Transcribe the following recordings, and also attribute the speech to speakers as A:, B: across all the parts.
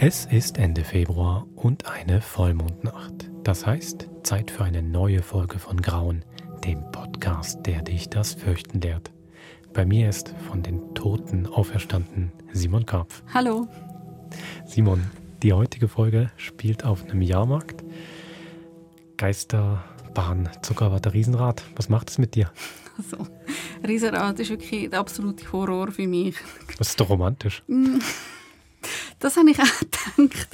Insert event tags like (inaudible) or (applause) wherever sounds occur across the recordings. A: Es ist Ende Februar und eine Vollmondnacht. Das heißt, Zeit für eine neue Folge von Grauen, dem Podcast, der dich das Fürchten lehrt. Bei mir ist von den Toten auferstanden Simon Karpf.
B: Hallo.
A: Simon, die heutige Folge spielt auf einem Jahrmarkt. Geisterbahn, Zuckerwatte, Riesenrad. Was macht es mit dir?
B: Also, Riesenrad ist wirklich der absolute Horror für mich.
A: Das ist doch romantisch.
B: Das habe ich auch (laughs) gedacht.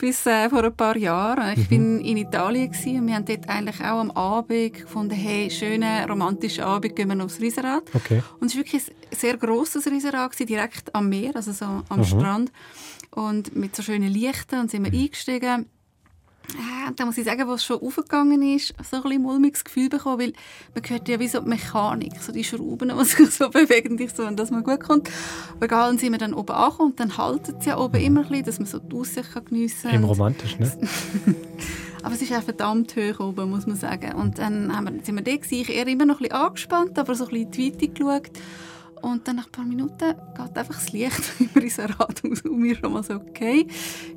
B: Bis äh, vor ein paar Jahren. Ich bin in Italien gewesen und wir haben dort eigentlich auch am Abend gefunden, hey, schönen romantischen Abend, gehen wir noch aufs Riesenrad.
A: Okay.
B: Und es war wirklich ein sehr grosses Riesenrad, gewesen, direkt am Meer, also so am Strand. Und mit so schönen Lichtern und sind wir eingestiegen. Äh, Und da muss ich sagen, was schon aufgegangen ist, so ein bisschen mulmiges Gefühl bekommen, weil man hört ja wie so die Mechanik, so die Schrauben, die (laughs) sich so bewegen, dich so, und dass man gut kommt. Aber egal, dann sind wir dann oben angekommen und dann haltet es ja oben immer ein bisschen, dass man so die Aussicht kann geniessen
A: Im
B: Und-
A: romantisch, ne?
B: aber es ist auch verdammt hoch oben, muss man sagen. Und dann haben wir, sind wir da gewesen, ich eher immer noch ein bisschen angespannt, aber so ein bisschen in die Weite geschaut. Und dann nach ein paar Minuten geht einfach das Licht (laughs) über unser Rad aus und mir schon mal so, okay,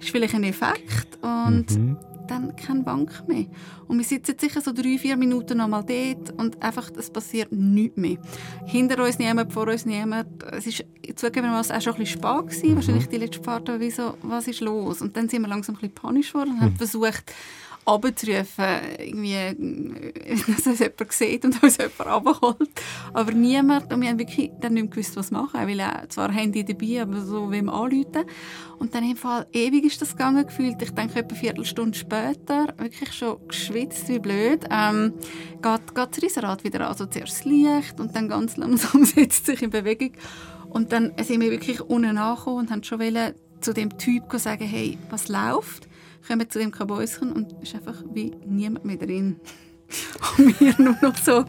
B: ist vielleicht ein Effekt und
A: Mhm.
B: dann kein Wank mehr. Und wir sitzen jetzt sicher so drei, vier Minuten nochmal dort und einfach, es passiert nichts mehr. Hinter uns niemand, vor uns niemand. Es ist zugegebenermaßen auch schon ein bisschen spät gewesen. Wahrscheinlich die letzte Fahrt war wie so, was ist los? Und dann sind wir langsam ein bisschen panisch geworden und haben versucht, runterzurufen, irgendwie, äh, dass uns jemand sieht und uns jemand runterholt. Aber niemand, und wir haben wirklich dann nicht mehr gewusst, was machen, weil auch zwar Handy dabei, aber so wem anrufen. Und dann im Fall ewig ist das gegangen gefühlt. Ich denke, etwa eine Viertelstunde später, wirklich schon geschwitzt wie blöd, ähm, geht, geht das Riesenrad wieder an. Also zuerst das Licht und dann ganz langsam (laughs) setzt sich in Bewegung. Und dann sind wir wirklich unten angekommen und haben schon wollen zu dem Typ gehen sagen, hey, was läuft? Kommen zu dem Kabäuschen und ist einfach wie niemand mehr drin. (laughs) und wir nur noch so,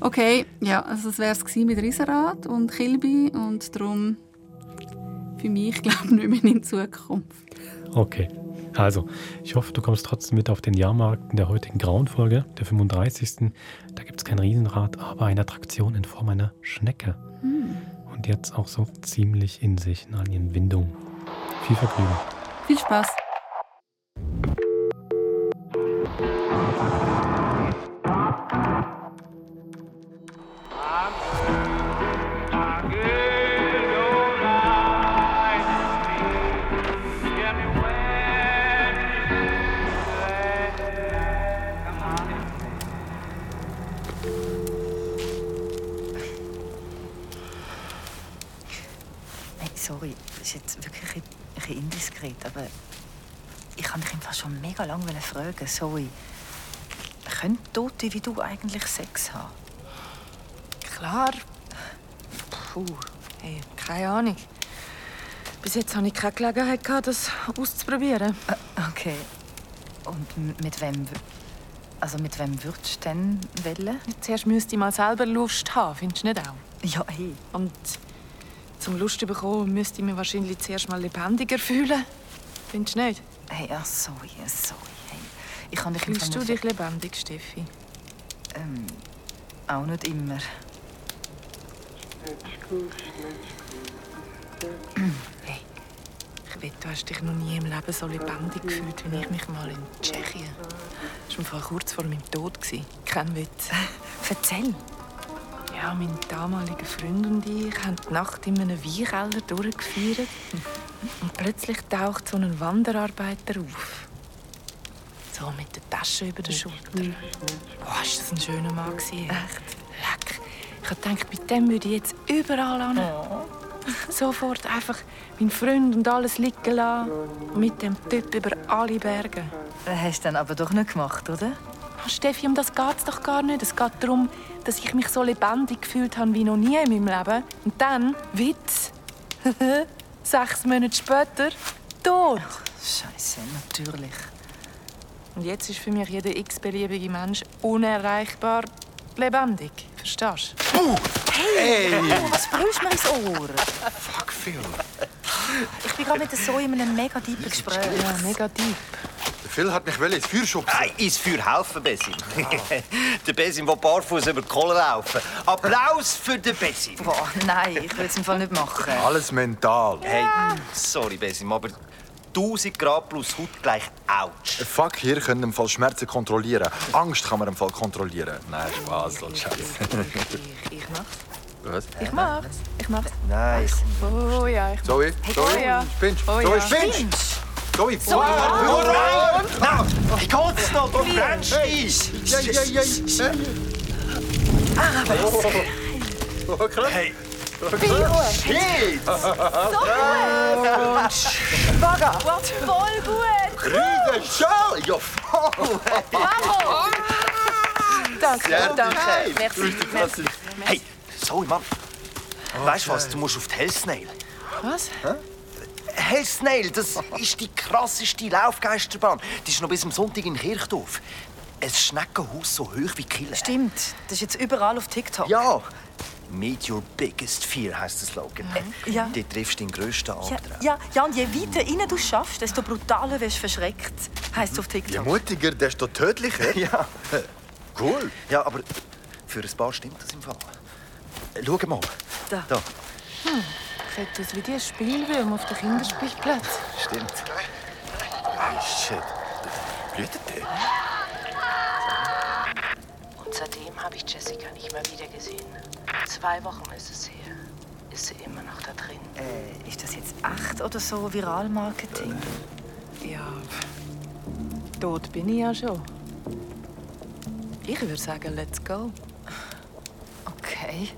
B: okay, ja, also das wäre es gewesen mit Riesenrad und Kilby und darum für mich, (laughs) glaube ich, nicht mehr in Zukunft.
A: Okay. Also, ich hoffe, du kommst trotzdem mit auf den Jahrmarkt in der heutigen grauen Folge, der 35. Da gibt es kein Riesenrad, aber eine Attraktion in Form einer Schnecke. Und jetzt auch so ziemlich in sich, in all ihren Windungen. Viel Vergnügen.
B: Viel Spaß.
C: Hey, sorry, das ist jetzt wirklich ein bisschen indiskret, aber ich kann dich einfach schon mega lange fragen. Sorry, können Tote wie du eigentlich Sex haben?
D: Klar. Puh, hey, keine Ahnung. Bis jetzt hatte ich keine Gelegenheit, gehabt, das auszuprobieren.
C: Okay. Und m- mit wem, wü- also mit wem würdest du denn wählen?
D: Zuerst müsste ich mal selber Lust haben, findest du nicht auch?
C: Ja, hey.
D: Und zum Lust zu bekommen, müsste ich mich wahrscheinlich zuerst mal lebendiger fühlen. Findest du nicht?
C: Hey, ach, sorry, sorry. Hey. Ich kann dich
D: Fühlst du
C: einfach-
D: dich lebendig, Steffi?
C: Ähm, auch nicht immer.
D: Hey, ich wette, du hast dich noch nie im Leben so lebendig gefühlt, wie ich mich mal in Tschechien. Das war im Fall kurz vor meinem Tod. gewesen. Kein Witz.
C: Erzähl.
D: Ja, mein damaliger Freund und ich haben die Nacht in einem Weinkeller durchgefeiert. Und plötzlich taucht so ein Wanderarbeiter auf. So mit der Tasche über der Schulter. Boah, ist das ein schöner Mann gewesen. Echt? Leck. Ich hab gedacht, bei dem würde ich jetzt überall an. Sofort einfach meinen Freund und alles liegen lassen. Und mit dem Typ über alle Berge.
C: Hast du dann aber doch nicht gemacht, oder?
D: Ah, Steffi, um das geht's doch gar nicht. Es geht darum, dass ich mich so lebendig gefühlt habe wie noch nie in meinem Leben. Und dann, Witz, (laughs) sechs Monate später, tot.
C: Scheiße, natürlich.
D: Und jetzt ist für mich jeder x-beliebige Mensch unerreichbar lebendig. Verstehst du?
C: Oh, was brüllst du mir ins Ohr? Fuck, Phil. Ich bin gerade mit der Zoe in einem mega tiefen Gespräch.
D: Ja, mega deep.
E: Phil hat mich will ins Feuer schubsen.
F: Nein, ins Feuer helfen, Besim. (laughs) der Besim will barfuß über die Kohle laufen. Applaus für den Besim.
C: Boah, nein, ich will es im Fall nicht machen.
E: Alles mental.
F: Hey, sorry, Besim, aber 1000 Grad plus Haut gleich Autsch.
E: Fuck, hier können im Fall Schmerzen kontrollieren. Angst kann man im Fall kontrollieren. Nein, Spaß, so Scheiße.
D: Ich, ich mach's.
E: Was?
D: Ich mach's. Ich mach's.
F: Nein, komm.
D: Oh ja, ich
E: Zoe, Zoe,
D: oh ja.
E: Pinch,
D: Oh
E: Zoe,
D: ja. oh,
E: Pinch! Zoe,
F: Nein! Nein! Ich geht's noch, du brennst dich!
D: oh,
E: Ja, ja, ja, ja. Oh, krass.
F: Hey,
E: Shit!
C: Voll gut!
E: Rüde Schall! Ja, voll!
D: danke.
E: Ja,
D: danke. Merci.
E: Richtig klasse.
F: hey, sorry, Mann.
E: Oh,
F: Weißt du was, du musst auf die Hellsnail.
D: Was?
F: Hellsnail, das ist die krasseste Laufgeisterbahn. Die ist noch bis am Sonntag in Kirchdorf. Ein Schneckenhaus so hoch wie Kille.
C: Stimmt, das ist jetzt überall auf TikTok.
F: Ja. Meet your biggest fear heisst der Slogan. Äh,
C: Mhm. Ja.
F: Dort triffst du den grössten
C: Ja,
F: Antrieb.
C: ja, ja, und je weiter rein du schaffst, desto brutaler wirst du verschreckt, heisst es auf
E: Je
C: TikTok.
E: mutiger, desto
F: (laughs)
E: tödlicher.
F: Ja.
D: oh.
E: Cool.
F: Ja, aber für ein paar stimmt das im Fall. Äh, Schau mal.
C: Da.
F: da.
D: Sieht aus wie die Spielwürm auf dem Kinderspielplatz.
F: Stimmt. Hey, shit.
E: Blüht der?
G: Und seitdem habe ich Jessica nicht mehr wiedergesehen. Zwei Wochen ist es her. Ist sie immer noch da drin?
C: Äh, ist das jetzt echt oder so Viral-Marketing?
D: Ja, tot bin ich ja schon. Ich würde sagen, let's go.
C: Okay.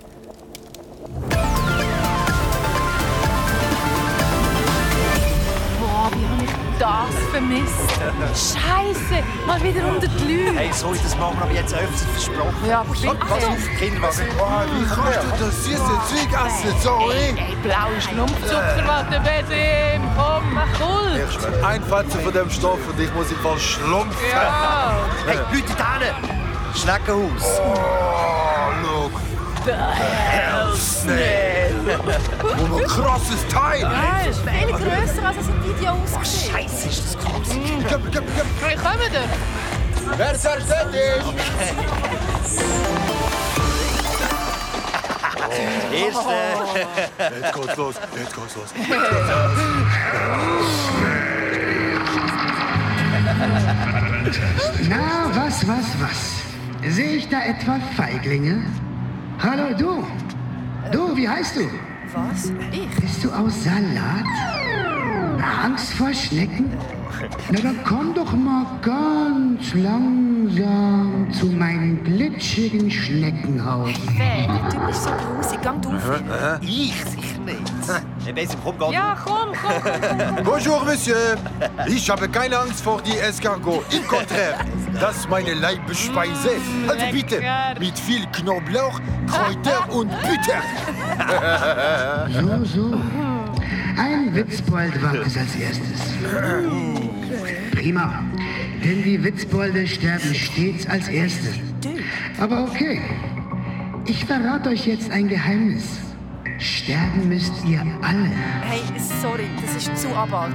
D: Boah, wie habe ich das vermisst? Scheiße, mal wieder unter die Leute.
F: Hey, sorry, das machen wir aber jetzt öfter versprochen.
D: Ja, bitte.
F: Pass auf, Kinderwagen.
E: Ah, wie kannst du das süße Zeug essen, Zoe?
D: Ey, blaue Schlumpfzucker, was der Besim. Komm, mach cool.
E: Ich schwöre, ein Fetzen von dem Stoff und ich muss im Fall schlumpfen.
D: Ja,
F: Hey, Leute, da hin! Schneckenhaus.
E: Oh, look. The Hell Snail. Und ein krasses Teil.
D: geil.
C: Viel grösser als es im Video aussieht.
F: Scheiße, ist das groß.
E: Gib, gib, gib.
D: Wir Mhm. kommen da.
E: Wer sagt das?
F: Erste.
E: Jetzt geht's los, jetzt geht's los.
H: Na, was, was, was? Sehe ich da etwa Feiglinge? Hallo, du! Du, wie heißt du?
C: Was? Ich?
H: Bist du aus Salat? Angst vor Schnecken? Na, dann komm doch mal ganz langsam zu meinem glitschigen Schneckenhaus.
C: Du bist so grusig. Gang du auf.
F: Ich sicher nicht. Hey, Basim, komm, geh.
D: Ja, komm, komm, komm.
E: Bonjour, Monsieur. Ich habe keine Angst vor die Escargot. Im Contraire, das ist meine Leibspeise. Also bitte,
D: lecker.
E: mit viel Knoblauch, Kräuter und Butter.
H: So, so. Ein Witzbold war es als erstes. Prima, denn die Witzbolde sterben stets als erste. Aber okay, ich verrate euch jetzt ein Geheimnis. Sterben müsst ihr alle.
C: Hey, sorry, das ist zu abartig.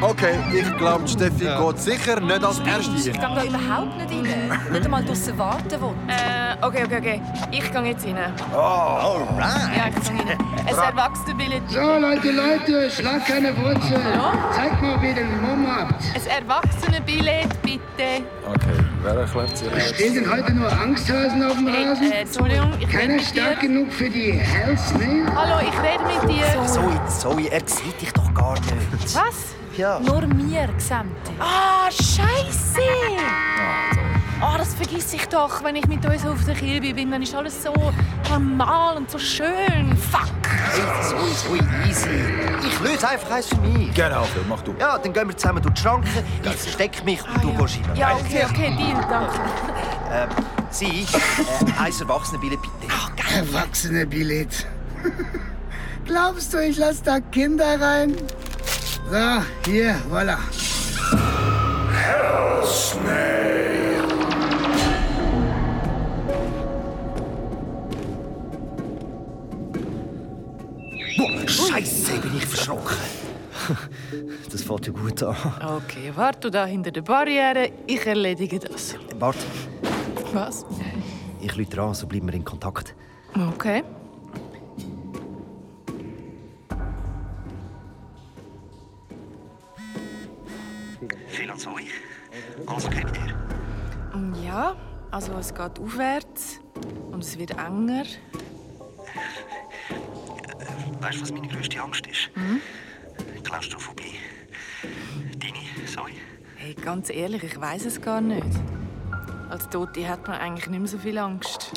E: Okay, ich glaube, Steffi geht sicher nicht als
C: Ich
E: Erste
C: gehe
E: hin.
C: da überhaupt nicht rein. Nicht einmal draussen warten will.
D: Äh, okay, okay, okay. Ich gehe jetzt rein.
E: Oh,
F: Alright.
D: Ja, ich gehe rein. Es erwachsene Billet.
H: So, Leute, Leute, schlag keine Wurzel. Zeig mal, wie ihr den Mumm habt.
D: Ein Erwachsenenbillett, bitte.
E: Okay, wer erklärt sie
H: Stehen denn heute nur Angsthasen auf dem
F: Ah,
D: Hey,
H: Rasen?
D: äh, Entschuldigung, ich rede
H: Keiner
D: mit
H: stark
D: dir.
H: genug für die Hells, ne?
D: Hallo, ich rede mit dir.
F: Zoe, Zoe, er sieht dich doch gar
E: (laughs)
F: nicht.
D: Was?
F: Ja.
C: Nur wir gesamt.
D: Ah, Scheiße! Ah, das vergiss ich doch, wenn ich mit uns auf der Kirche bin. Dann ist alles so normal und so schön. Fuck!
F: Hey, Zoe, Zoe, easy. Ich löse einfach eins für mich.
E: Genau, Phil, mach du.
F: Ja, dann gehen wir zusammen durch die Schranken. Ich verstecke mich und du gehst rein.
D: Ah, Ja, okay, okay, Deal, danke.
F: Sie, äh, eins Erwachsenenbille bitte.
H: Erwachsene
I: (laughs)
H: Billett. Glaubst du, ich lasse da Kinder rein? So, hier, voilà.
F: Boah, Scheiße, bin ich verschrocken. (laughs) Das fängt ja gut an.
D: Okay, warte du da hinter der Barriere. Ich erledige das.
F: Warte,
D: Was?
F: ich lüte an, so bleiben wir in Kontakt.
D: Okay.
F: Fehl ans Heu. Also geht ihr.
D: Ja, also es geht aufwärts und es wird enger.
F: Weißt du, was meine grösste Angst ist?
D: Mhm.
F: Glaubst du vorbei? Deine, sorry.
D: Hey, ganz ehrlich, ich weiß es gar nicht. Als Tote hat man eigentlich nicht mehr so viel Angst.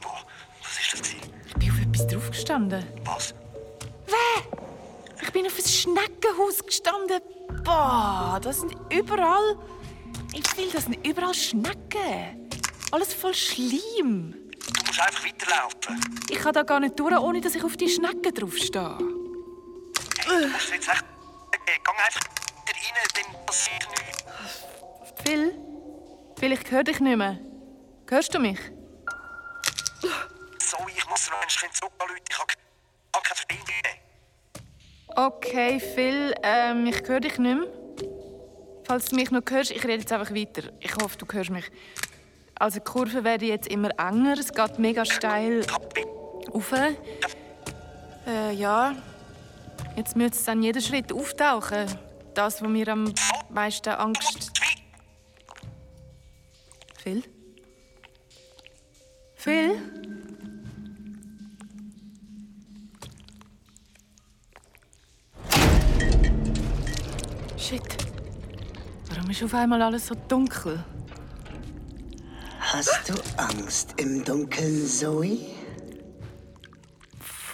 F: Boah, was ist das? Gewesen?
D: Ich bin auf etwas draufgestanden.
F: Was?
D: Ich bin auf ein Schneckenhaus gestanden. Boah, das sind überall. Ich will, das sind überall Schnecken. Alles voll Schleim.
F: Du musst einfach weiterlaufen.
D: Ich kann da gar nicht durch, ohne dass ich auf die Schnecken draufstehe.
F: Du musst jetzt echt. Äh, geh einfach da rein, dann passiert nichts.
D: Phil? Phil, ich höre dich nicht mehr. Hörst du mich?
F: Sorry, ich muss noch ein Stück zurückrufen, Leute. Ich habe hab
D: Okay,
F: keine Verbindung mehr.
D: Phil, ähm, ich höre dich nicht mehr. Falls du mich noch hörst, ich rede jetzt einfach weiter. Ich hoffe, du hörst mich. Also die Kurven werden jetzt immer enger, es geht mega steil rauf. Äh, ja, jetzt müsste es an jedem Schritt auftauchen. Das, wo mir am meisten Angst... Phil? Phil? Shit. Warum ist auf einmal alles so dunkel?
I: Hast du Angst im Dunkeln, Zoe?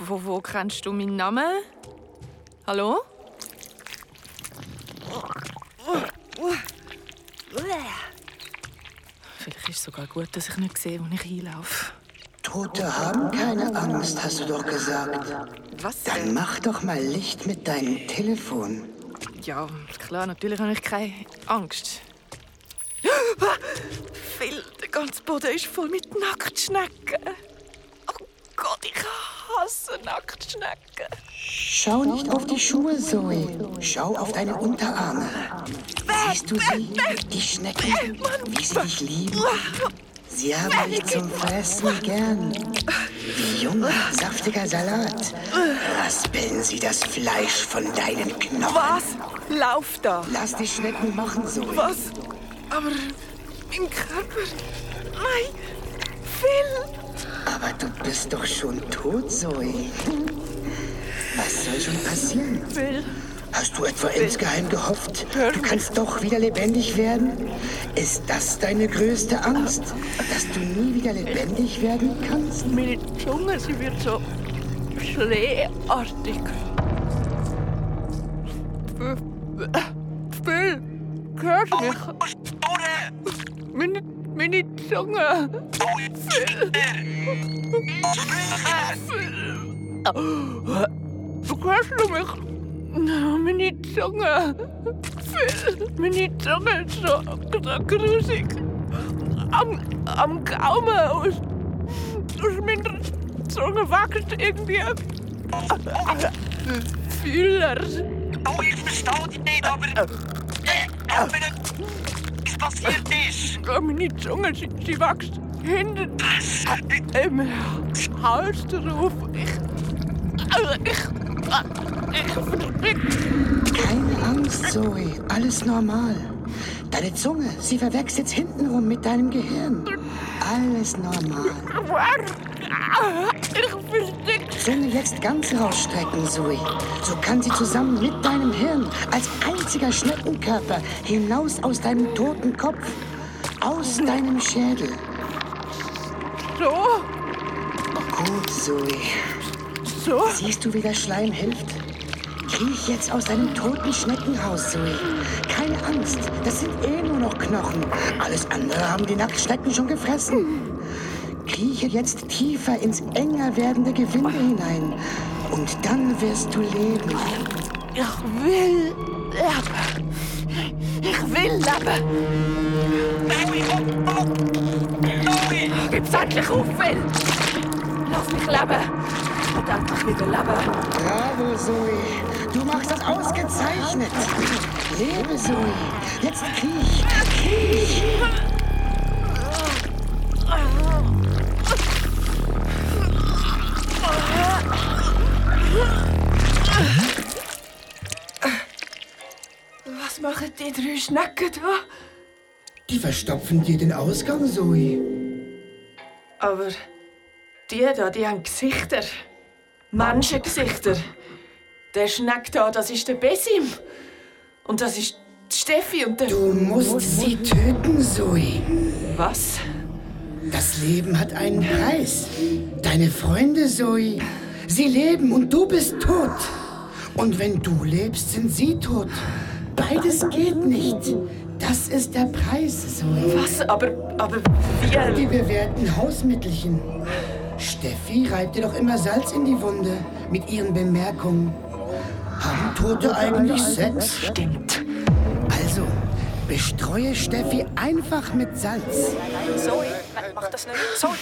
D: Wo, wo kennst du meinen Namen? Hallo? Vielleicht ist es sogar gut, dass ich nicht sehe, wo ich hinlaufe.
I: Tote haben keine Angst, hast du doch gesagt.
D: Was äh?
I: Dann mach doch mal Licht mit deinem Telefon.
D: Ja, klar, natürlich habe ich keine Angst. (gasps) Phil, der ganze Boden ist voll mit Nacktschnecken. Oh Gott, ich hasse Nacktschnecken.
I: Schau nicht auf die Schuhe, Zoe. Schau auf deine Unterarme. Siehst du sie? Die Schnecken, wie sie dich lieben. Sie haben dich zum Fressen gern. Wie junger, saftiger Salat. Raspeln sie das Fleisch von deinen Knochen.
D: Was? Lauf da!
I: Lass die Schnecken machen, Zoe.
D: Was? Aber mein Körper. Nein! Phil!
I: Aber du bist doch schon tot, Zoe. Was soll schon passieren?
D: Phil!
I: Hast du etwa insgeheim gehofft, du kannst doch wieder lebendig werden? Ist das deine größte Angst, dass du nie wieder lebendig werden kannst?
D: Meine Zunge, sie wird so schleeartig. Phil, hörst du mich? Meine, meine Zunge. Phil. Hörst du mich? Meine Zunge. Phil, meine Zunge ist so, so grusig. Am, am Gaumen aus, aus meiner Zunge wächst irgendwie ein Fühler.
F: Oh, ich verstehe dich nicht, aber.
D: Eh.
F: Äh, aber. äh, Es passiert ist.
D: Ja, meine Zunge, sie, sie wächst hinten im Hals drauf. Ich. Also ich. Ich verdrück.
I: Keine Angst, Zoe, alles normal. Deine Zunge, sie verwächst jetzt hintenrum mit deinem Gehirn. Alles normal.
D: Ich verdrück.
I: Zunge jetzt ganz rausstrecken, Zoe. So kann sie zusammen mit deinem Hirn als einziger Schneckenkörper hinaus aus deinem toten Kopf, aus deinem Schädel.
D: So,
I: Oh Gut, Zoe.
D: so.
I: Siehst du, wie der Schleim hilft? Kriech jetzt aus deinem toten Schneckenhaus, Zoe. Keine Angst, das sind eh nur noch Knochen. Alles andere haben die Nacktschnecken schon gefressen. Krieche jetzt tiefer ins enger werdende Gewinde hinein. Und dann wirst du leben.
D: Ich will leben. Ich will leben. Gib's endlich auf, Phil. Lass mich leben. Und endlich wieder leben.
I: Bravo, Zoe. Du machst das ausgezeichnet. Lebe, Zoe. Jetzt kriech. Kriech.
D: Was Was machen die drei Schnecken da?
I: Die verstopfen dir den Ausgang, Zoe.
D: Aber die da, die haben Gesichter. Menschengesichter. Der Schneck da, das ist der Besim. Und das ist die Steffi und der...
I: Du musst sie töten, Zoe.
D: Was?
I: Das Leben hat einen Preis. Deine Freunde, Zoe, sie leben und du bist tot. Und wenn du lebst, sind sie tot. Beides geht nicht. Das ist der Preis, Zoe.
D: Was? Aber, aber
I: Die
D: wie...
I: bewährten Hausmittelchen. Steffi reibt dir doch immer Salz in die Wunde mit ihren Bemerkungen. Haben Tote eigentlich Sex?
D: Stimmt.
I: Also, bestreue Steffi einfach mit Salz.
C: Zoe, nein, mach das nicht. Zoe,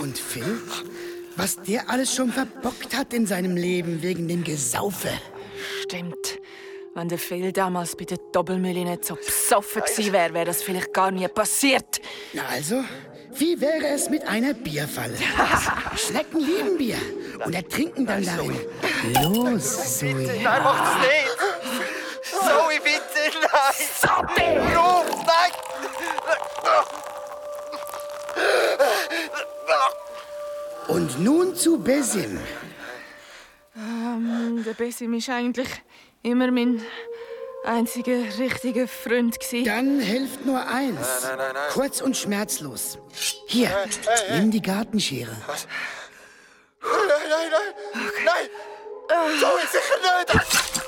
I: Und Phil? Was der alles schon verbockt hat in seinem Leben wegen dem Gesaufe.
D: Stimmt. Wenn der Phil damals bei der Doppelmühle nicht so besoffen gewesen wäre, wäre das vielleicht gar nie passiert.
I: Na also, wie wäre es mit einer Bierfalle? Schnecken lieben Bier und ertrinken dann darin. Los, Zoe.
F: Nein, mach das nicht! Zoe, bitte, nein! Zombie! No, nein!
I: Und nun zu Besim.
D: Ähm, der Bessim ist eigentlich immer mein einziger richtiger Freund gewesen.
I: Dann hilft nur eins. Kurz und schmerzlos. Hier, nimm die Gartenschere.
E: Nein, nein, nein! Nein! Zoe, sicher nicht!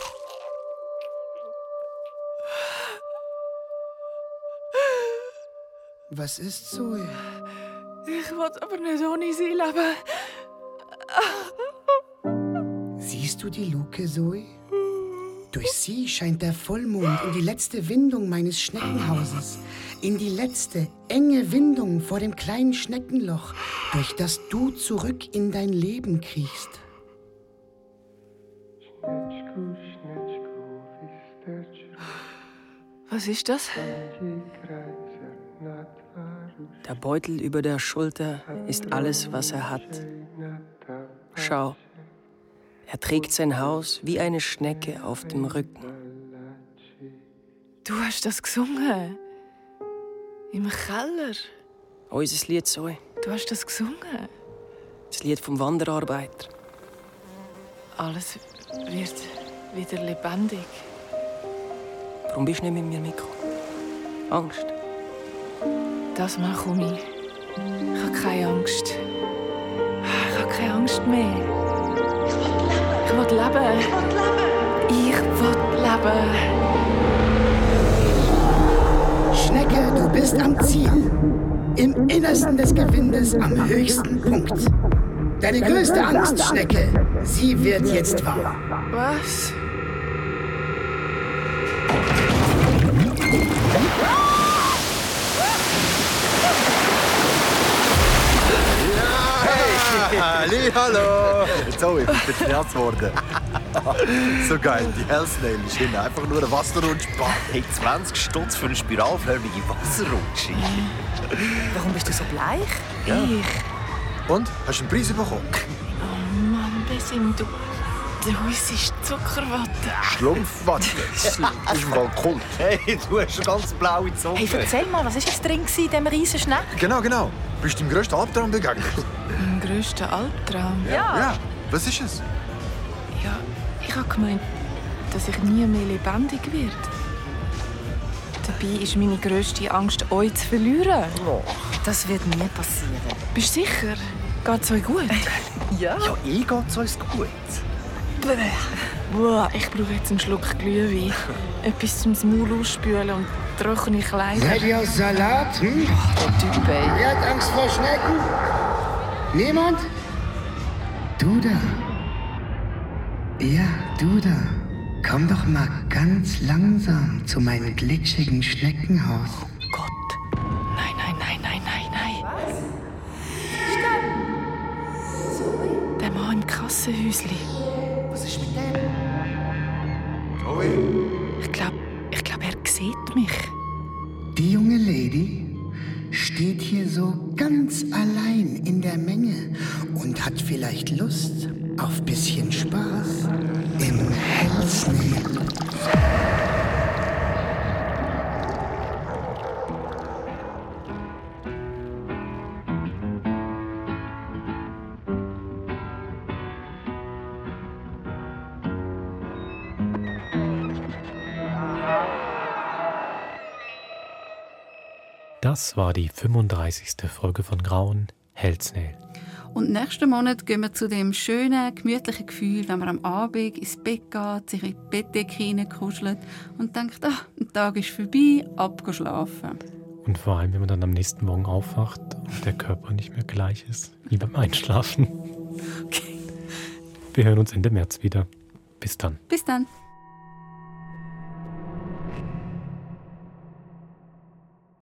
I: Was ist Zoe?
D: Ich will aber nicht ohne sie leben.
I: Siehst du die Luke, Zoe? Durch sie scheint der Vollmond in die letzte Windung meines Schneckenhauses. In die letzte, enge Windung vor dem kleinen Schneckenloch, durch das du zurück in dein Leben kriechst.
D: Was ist das?
J: Der Beutel über der Schulter ist alles, was er hat. Schau, er trägt sein Haus wie eine Schnecke auf dem Rücken.
D: Du hast das gesungen. Im Keller.
J: Unser Oh, Lied Zoe,
D: Du hast das gesungen.
J: das Lied vom Wanderarbeiter.
D: Alles wird wieder lebendig.
J: Warum bist du nicht mit mir mitgekommen? Angst.
D: Das mal komme ich. Ich habe keine Angst. Ich habe keine Angst mehr. Ich will leben. Ich will leben.
I: Schnecke, du bist am Ziel. Im Innersten des Gewindes am höchsten Punkt. Deine größte Angst, Schnecke, sie wird jetzt wahr.
D: Was?
E: Halli, hallo! Zoe, ich bin schmerz worden. (laughs) so geil, die Hellsnail ist hinten einfach nur ein Wasserrutsch. Bam.
F: Hey, 20 Stutz für eine spiralförmige Wasserrutsche.
C: warum bist du so bleich?
E: Und, hast du einen Preis bekommen?
D: Mann, Besim, du. Du isst Zuckerwatte.
E: Schlumpfwatte. Das ist im Fall Kult.
F: Hey, du hast eine ganz blaue Zunge.
C: Hey, erzähl mal, was war jetzt drin gewesen in diesem riesen Schneck?
E: Genau, genau. Bist du dem grössten Albtraum begegnet?
D: Mein grösster Albtraum.
E: Ja. Was ist es?
D: Ja, ich habe gemeint, dass ich nie mehr lebendig werde. Dabei ist meine grösste Angst, euch zu verlieren.
C: Das wird nie passieren.
D: Bist du sicher? Geht's euch gut?
F: Ja, ich geht's uns gut.
D: Wow, ich brauche jetzt einen Schluck
F: (laughs)
D: Glühwein. Etwas zum Maul ausspülen und trockene Kleider.
I: Seid ihr aus Salat? Hm?
D: Typen.
I: Wer hat Angst vor Schnecken? Niemand? Du da. Ja, du da. Komm doch mal ganz langsam zu meinem glitschigen Schneckenhaus.
D: Gott. Nein, nein, nein, nein, nein, nein. Was? Der Mann im Kassenhäuschen.
E: Zoe?
D: Ich glaube, ich glaub, er sieht mich.
I: Die junge Lady steht hier so ganz allein in der Menge und hat vielleicht Lust, Auf bisschen Spaß im Hellsnee.
A: Das war die 35. Folge von Grauen Hellsnail.
B: Und nächsten Monat gehen wir zu dem schönen, gemütlichen Gefühl, wenn man am Abend ins Bett geht, sich in die Bettdecke hineinkuschelt und denkt, ah, der Tag ist vorbei, abgeschlafen.
A: Und vor allem, wenn man dann am nächsten Morgen aufwacht und der Körper nicht mehr gleich ist, wie beim (laughs) Einschlafen. Okay. Wir hören uns Ende März wieder. Bis dann.
B: Bis dann.